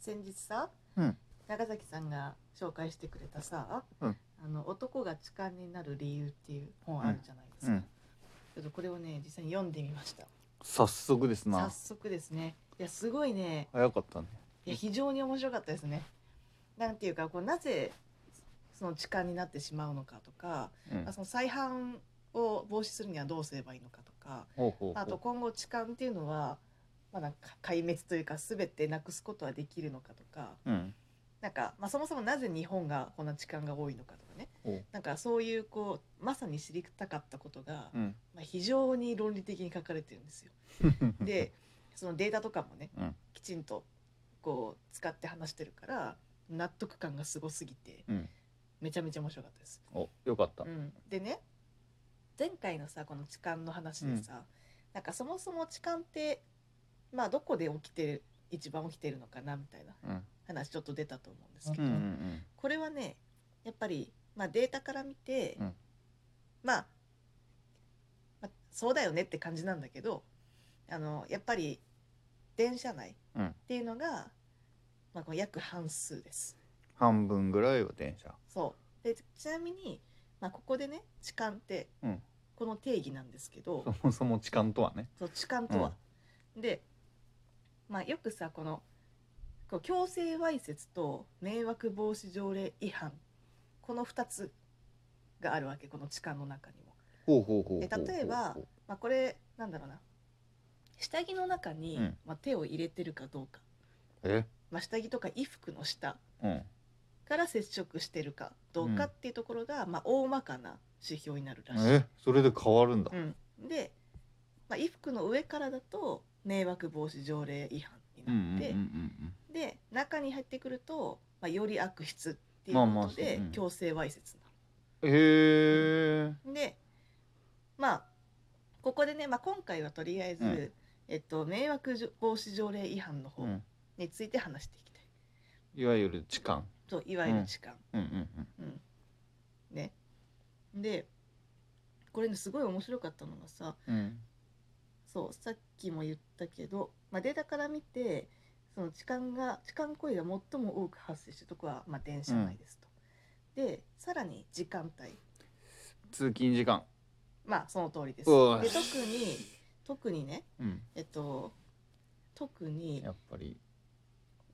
先日さ、うん長崎さんが紹介してくれたさ、うんあの男が痴漢になる理由っていう本あるじゃないですか、うんうんちょっとこれをね実際に読んでみました早速です早な速ですねいやすごいね早かったねいや非常に面白かったですねなんていうかこうなぜその痴漢になってしまうのかとか、うんまあその再犯を防止するにはどうすればいいのかとかほうほうほうあと今後痴漢っていうのは、まあ、なんか壊滅というか全てなくすことはできるのかとかうんなんか、まあ、そもそもなぜ日本がこんな痴漢が多いのかとかねおうなんかそういうこうまさに知りたかったことが、うんまあ、非常に論理的に書かれてるんですよ。 でそのデータとかもねうんきちんとこう使って話してるから納得感がすごすぎてうんめちゃめちゃ面白かったです。 およかったうん、でね前回のさこの痴漢の話でさ、なんかそもそも痴漢ってまあどこで起きてる一番起きてるのかなみたいなうん話ちょっと出たと思うんですけうど、んうんこれはねやっぱり、まあ、データから見て、うんまあ、まあそうだよねって感じなんだけどあのやっぱり電車内うんうんっていうのが、まあ、こう約半数です。半分ぐらいは電車 そうでちなみに、まあ、ここでね痴漢って、うんこの定義なんですけどそもそも痴漢とはねそう痴漢とは。で、まあ、よくさこのこう強制わいせつと迷惑防止条例違反この2つがあるわけこの痴漢の中にも。ほうほうほうほうほうで例えばまあ、これなんだろうな下着の中に、うんまあ、手を入れてるかどうか、えまあ、下着とか衣服の下うんから接触してるかどうかっていうところが、まあ、大まかな指標になるらしい。えそれで変わるんだうん、で、まあ、衣服の上からだと迷惑防止条例違反うんうんうになっんうて、んで中に入ってくると、まあ、より悪質っていうまあまあことで、そううん強制わいせつになうんへえる。でまあここでね、まあ、今回はとりあえず、うんえっと、迷惑防止条例違反の方うんについて話していきたい、いわゆる痴漢といわゆる痴漢。うんうんうんうん、ねでこれねすごい面白かったのがさ、うんそうさっきも言ったけど、まあ、データから見てその痴漢が痴漢行為が最も多く発生してるとこは、まあ、電車内ですと。でさらに時間帯通勤時間まあその通りです。おいで特に特にねうんえっと特にやっぱり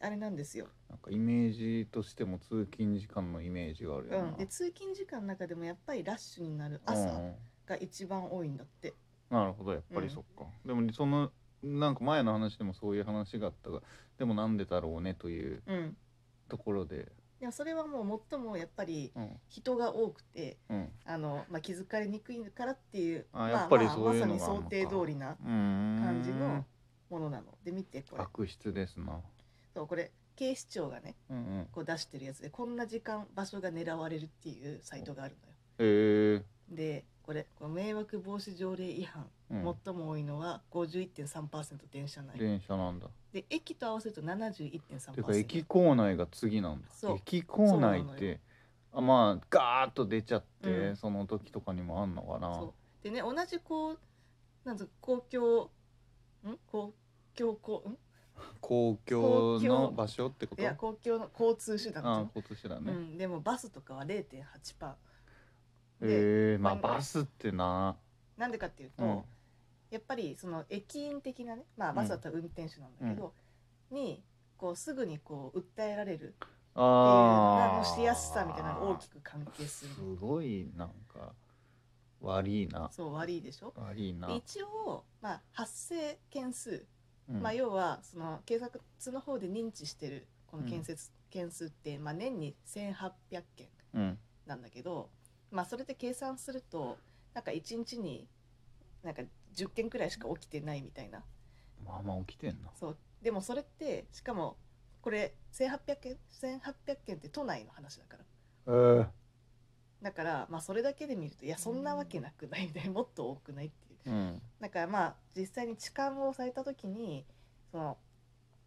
あれなんですよ、なんかイメージとしても通勤時間のイメージがあるうよん、でな通勤時間の中でもやっぱりラッシュになるう朝んが一番多いんだって。なるほどやっぱりそっか、でもそのなんか前の話でもそういう話があったがでもなんでだろうねといううん、ところででもそれはもう最もやっぱりうん人が多くてうんあの、まあ、気づかれにくいからっていうあまやっぱりまあそういうのまがあさるに想のか定通りなうーん感じのものなので見てこれ悪質ですなそうこれ警視庁がねうんうんこう出してるやつでこんな時間場所が狙われるっていうサイトがあるのよへえでこれこの迷惑防止条例違反、うん、最も多いのは51.3%電車内電車なんだで駅と合わせると71.3%てか駅構内が次なんだそう駅構内そうなっのよてあまあガーッと出ちゃって、うんその時とかにもあんのかなそうでね同じこうなんぞ公共ん公共こうん公共の公共場所ってこといや公共の交通手段あ今年だうね、ん、でもバスとかは0.8%ええまあまあバスってななんでかっていうと、うんやっぱりその駅員的なね、まあ、バスだったら運転手なんだけど、にこうすぐにこう訴えられるっていうあのあしやすさみたいなのが大きく関係すするごいなんか悪いなそう悪いでしょ悪いなで、一応、まあ、発生件数、うんまあ、要はその警察の方で認知してるこの建設件数って、まあ、年に1800件うんなんだけど、まあ、それで計算するとなんか1日になんか10件くらいしか起きてないみたいなまあまあ起きてんなそうでもそれってしかもこれ1800件1800件って都内の話だからえー、だからまあそれだけで見るといやそんなわけなくないみたいなもっと多くないっていううんだからまあ実際に痴漢をされた時にその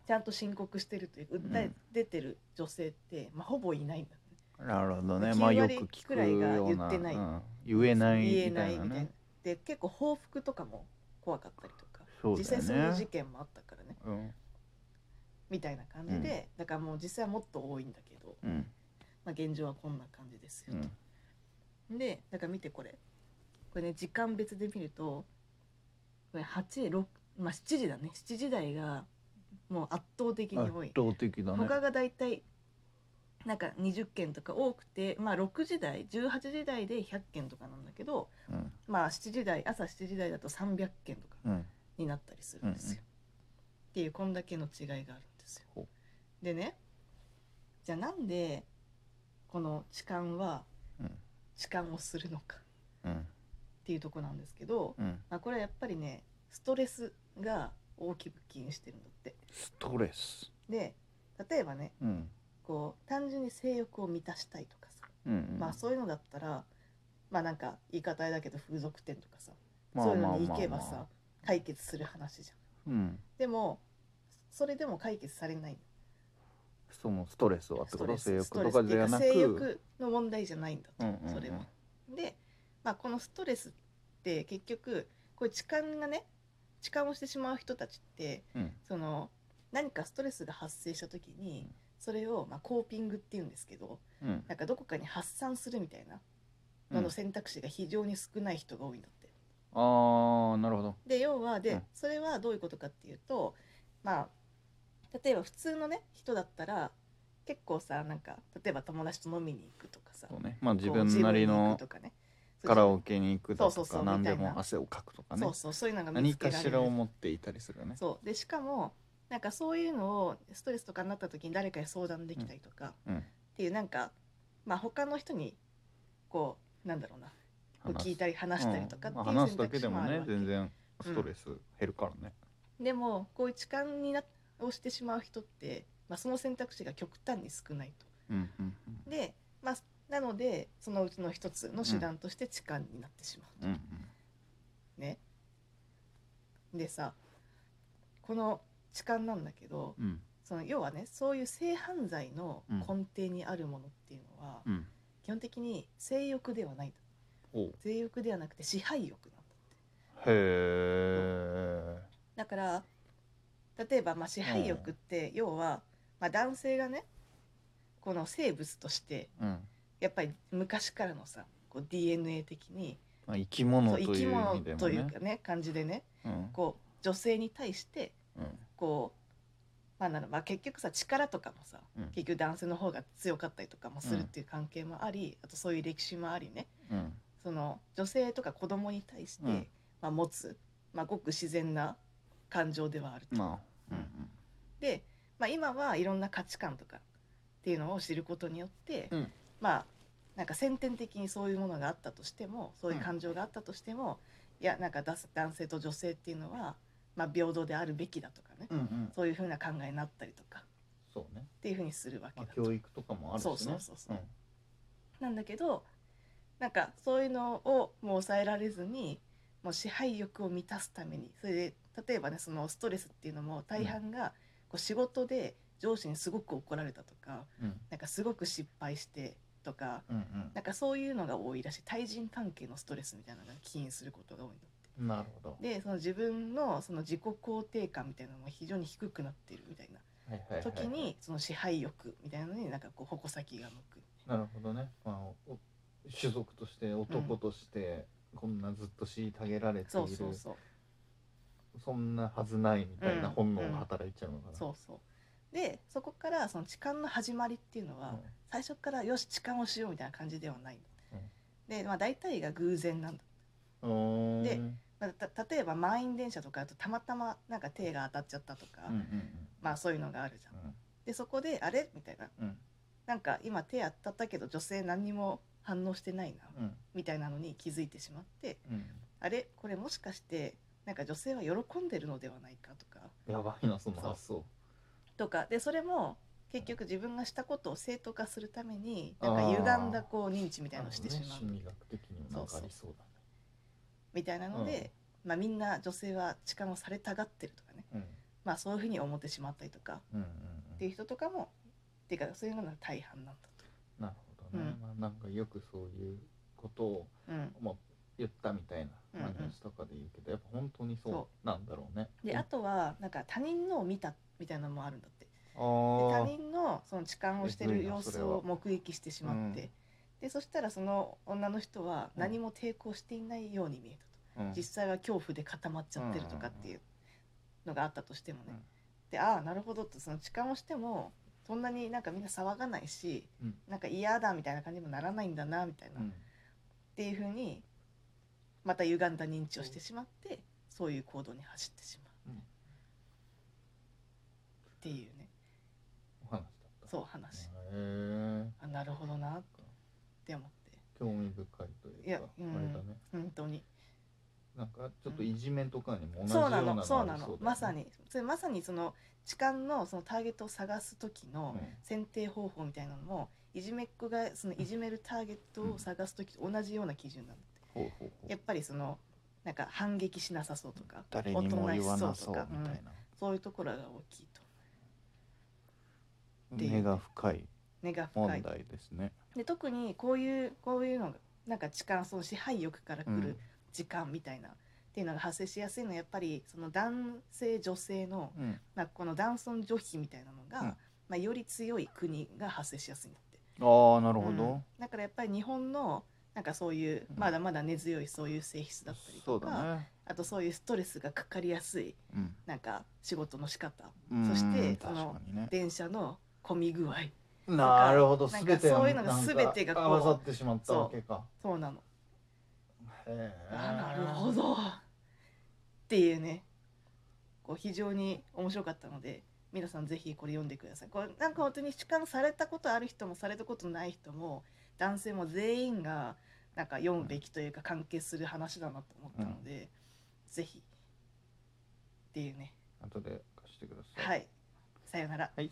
ちゃんと申告してるという訴え出てる女性って、まあ、ほぼいないんだなるほどね9まあよく割聞くくらいがような言ってないうん、言えない言えみなたいみいたないなねで結構報復とかも怖かったりとか、そうだよ実ね際そういう事件もあったからねうんみたいな感じで、だからもう実際はもっと多いんだけど、うんまあ、現状はこんな感じですよう、んでだから見てこれこれね時間別で見るとこれ8 6まあ7時だね7時台がもう圧倒的に圧多い倒的だね他がだいたいなんか20件とか多くてまあ6時台18時台で100件とかなんだけどうんまあ7時台朝7時台だと300件とかうんになったりするんですよ。うんうんっていうこんだけの違いがあるんですほよう。でねじゃあなんでこの痴漢はうん痴漢をするのかうんっていうとこなんですけど、うんまあ、これはやっぱりねストレスが大きく起因してるんだって。ストレスで例えばねうんこう単純に性欲を満たしたいとかさ、うんうんまあそういうのだったらまあなんか言い方あれだけど風俗店とかさ、まあそういうのに行まあけまあばさ解決する話じゃん。うんでもそれでも解決されないそのストレスはってスこトとレス性ス欲トレとスかっていじうゃかなく性欲の問題じゃないんだと、うんうんうんそれは。で、まあ、このストレスって結局こういう痴漢がね痴漢をしてしまう人たちってうんその何かストレスが発生した時にそれをまあコーピングっていうんですけどうんなんかどこかに発散するみたいなうのんの選択肢が非常に少ない人が多いんだって。ああなるほどで要はで、うんそれはどういうことかっていうとまあ例えば普通のね人だったら結構さなんか例えば友達と飲みに行くとかさそうねまあ自こう分なりジムに行のくとかねカラオケに行くだそうそとうそかう何でみたいなも汗をかくとかねそうそうそういうのが見何つけからしれらをる持っていたりするよねそうでしかもなんかそういうのをストレスとかになった時に誰かに相談できたりとか、うんうんっていうなんかまあ他の人にこうなんだろうなこう話す聞いたり話したりとかってまいあう話選すだけ択肢でももあるわねけ全然ストレス減るからね、でもこういう痴漢になをしてしまう人って、まあ、その選択肢が極端に少ないうんうんと。で、まあ、なのでそのうちの一つの手段として痴漢になってしまううんうんと。ね。でさこの痴漢なんだけどうんその要はねそういう性犯罪のうん根底にあるものっていうのは、うん基本的に性欲ではないんだおう性欲ではなくて支配欲なんだって。へえだから例えばまあ支配欲って要は、まあ、男性がねこの生物としてうんやっぱり昔からのさこう DNA 的にまあ生き物そとう生いきう意物味でもというねかね感じでねうんこう女性に対してうんこう、まあなのまあ、結局さ力とかもさうん結局男性の方が強かったりとかもするっていう関係もあり、あとそういう歴史もありねうんその女性とか子供に対して、うんまあ、持つ、まあ、ごく自然な感情ではあると。まあで、まあ、今はいろんな価値観とかっていうのを知ることによって、うんまあなんか先天的にそういうものがあったとしてもそういう感情があったとしても、いやなんかだす男性と女性っていうのは、まあ、平等であるべきだとかね、うんうんうんそういうふうな考えになったりとかそうねっていうふうにするわけまだあと、教育とかもあるしねそうそうそうそううんなんだけどなんかそういうのをもう抑えられずにもう支配欲を満たすためにそれで例えばねそのストレスっていうのも大半がこう仕事で上司にすごく怒られたとかうんなんかすごく失敗してとかうんなんかそういうのが多いらしい対人関係のストレスみたいなのが起因することが多いんだって。うんなるほどでその自分のその自己肯定感みたいなのも非常に低くなってるみたいはいはいはいなはい時にその支配欲みたいなのになんかこう矛先が向く。なるほどね、まあ、お種族として男としてこんなずっと虐げられていそる、うそうそうそんなはずないみたいなうん本能が働いちゃうのかな、そうそうでそこからその痴漢の始まりっていうのは、最初からよし痴漢をしようみたいな感じではない、で、まあ、大体が偶然なんだ、うん、でうんまあ、た例えば満員電車とかだとたまたまなんか手が当たっちゃったとか、うんうんまあそういうのがあるじゃんでそこであれみたいなうんなんか今手当たったけど女性何にも反応してないなうんみたいなのに気づいてしまってうんあれこれもしかしてなんか女性は喜んでるのではないかとかやばいなその発想とかでそれも結局自分がしたことを正当化するためになんか歪んだこう認知みみたいなのをしてしまう心理学的にもなんかありそうだねみたいなので、まあ、みんな女性は痴漢をされたがってるとかね、うんまあ、そういうふうに思ってしまったりとかうんうんっうていんう人とかもっていうかそういうのが大半なんだなるほどね、うんまあ、なんかよくそういうことを、と。うん、まあ、言ったみたいなうんうん話とかで言うけど、やっぱ本当にそうなんだろうねであとはなんか他人のを見たみたいなのもあるんだってであ他ー人のその痴漢をしてえぐるいな様そ子れはを目撃してしまって、うんでそしたらその女の人はうん何も抵抗していないように見えたと、うん実際は恐怖で固まっちゃってるとかっていうのがあったとしてもね、うんでああなるほどとその痴漢をしてもそんなになんかみんな騒がないし、うんなんか嫌だみたいな感じにもならないんだなみたいな、うっんていうふうにまた歪んだ認知をしてしまって、そういう行動に走ってしまう、うんっていうねお話だったそう話。へえあなるほどなって思って興味深いというかいやあうれんだね本当になんかちょっといじめとかにも同じよそううななのありのそそううだなねのまさにそれまさにその痴漢のそのターゲットを探す時のうん選定方法みたいなのもいじめっ子がそのいじめるターゲットを探す時と同じような基準なんだってほうほうほうやっぱりそのなんか反撃しなさそうとか誰にも言わなそうおとしみとかたうんいなそういうところが大きいとうん根が深い根が深問い題ですねで特にこういうこういうのがなんか痴漢その支配欲から来うる、ん時間みたいなっていうのが発生しやすいのはやっぱりその男性女性のうんなんかこの男尊女卑みたいなのが、うんまあ、より強い国が発生しやすいんだって。ああなるほうどんだからやっぱり日本のなんかそういううんまだまだ根強いそういう性質だったりそとうか、だねあとそういうストレスがかかりやすいうんなんか仕事の仕方うんそして確かにね電車の混み具合なるほどなんすかべてそういうのがなんか全てがこう合わさってしまったわけかそうなのへえあなるほどっていうねこう非常に面白かったので皆さんぜひこれ読んでくださいこれなんか本当に主観されたことある人もされたことない人も男性も全員がなんか読むべきというか関係する話だなと思ったので、ぜひっていうね後で貸してくださいはいさようならはい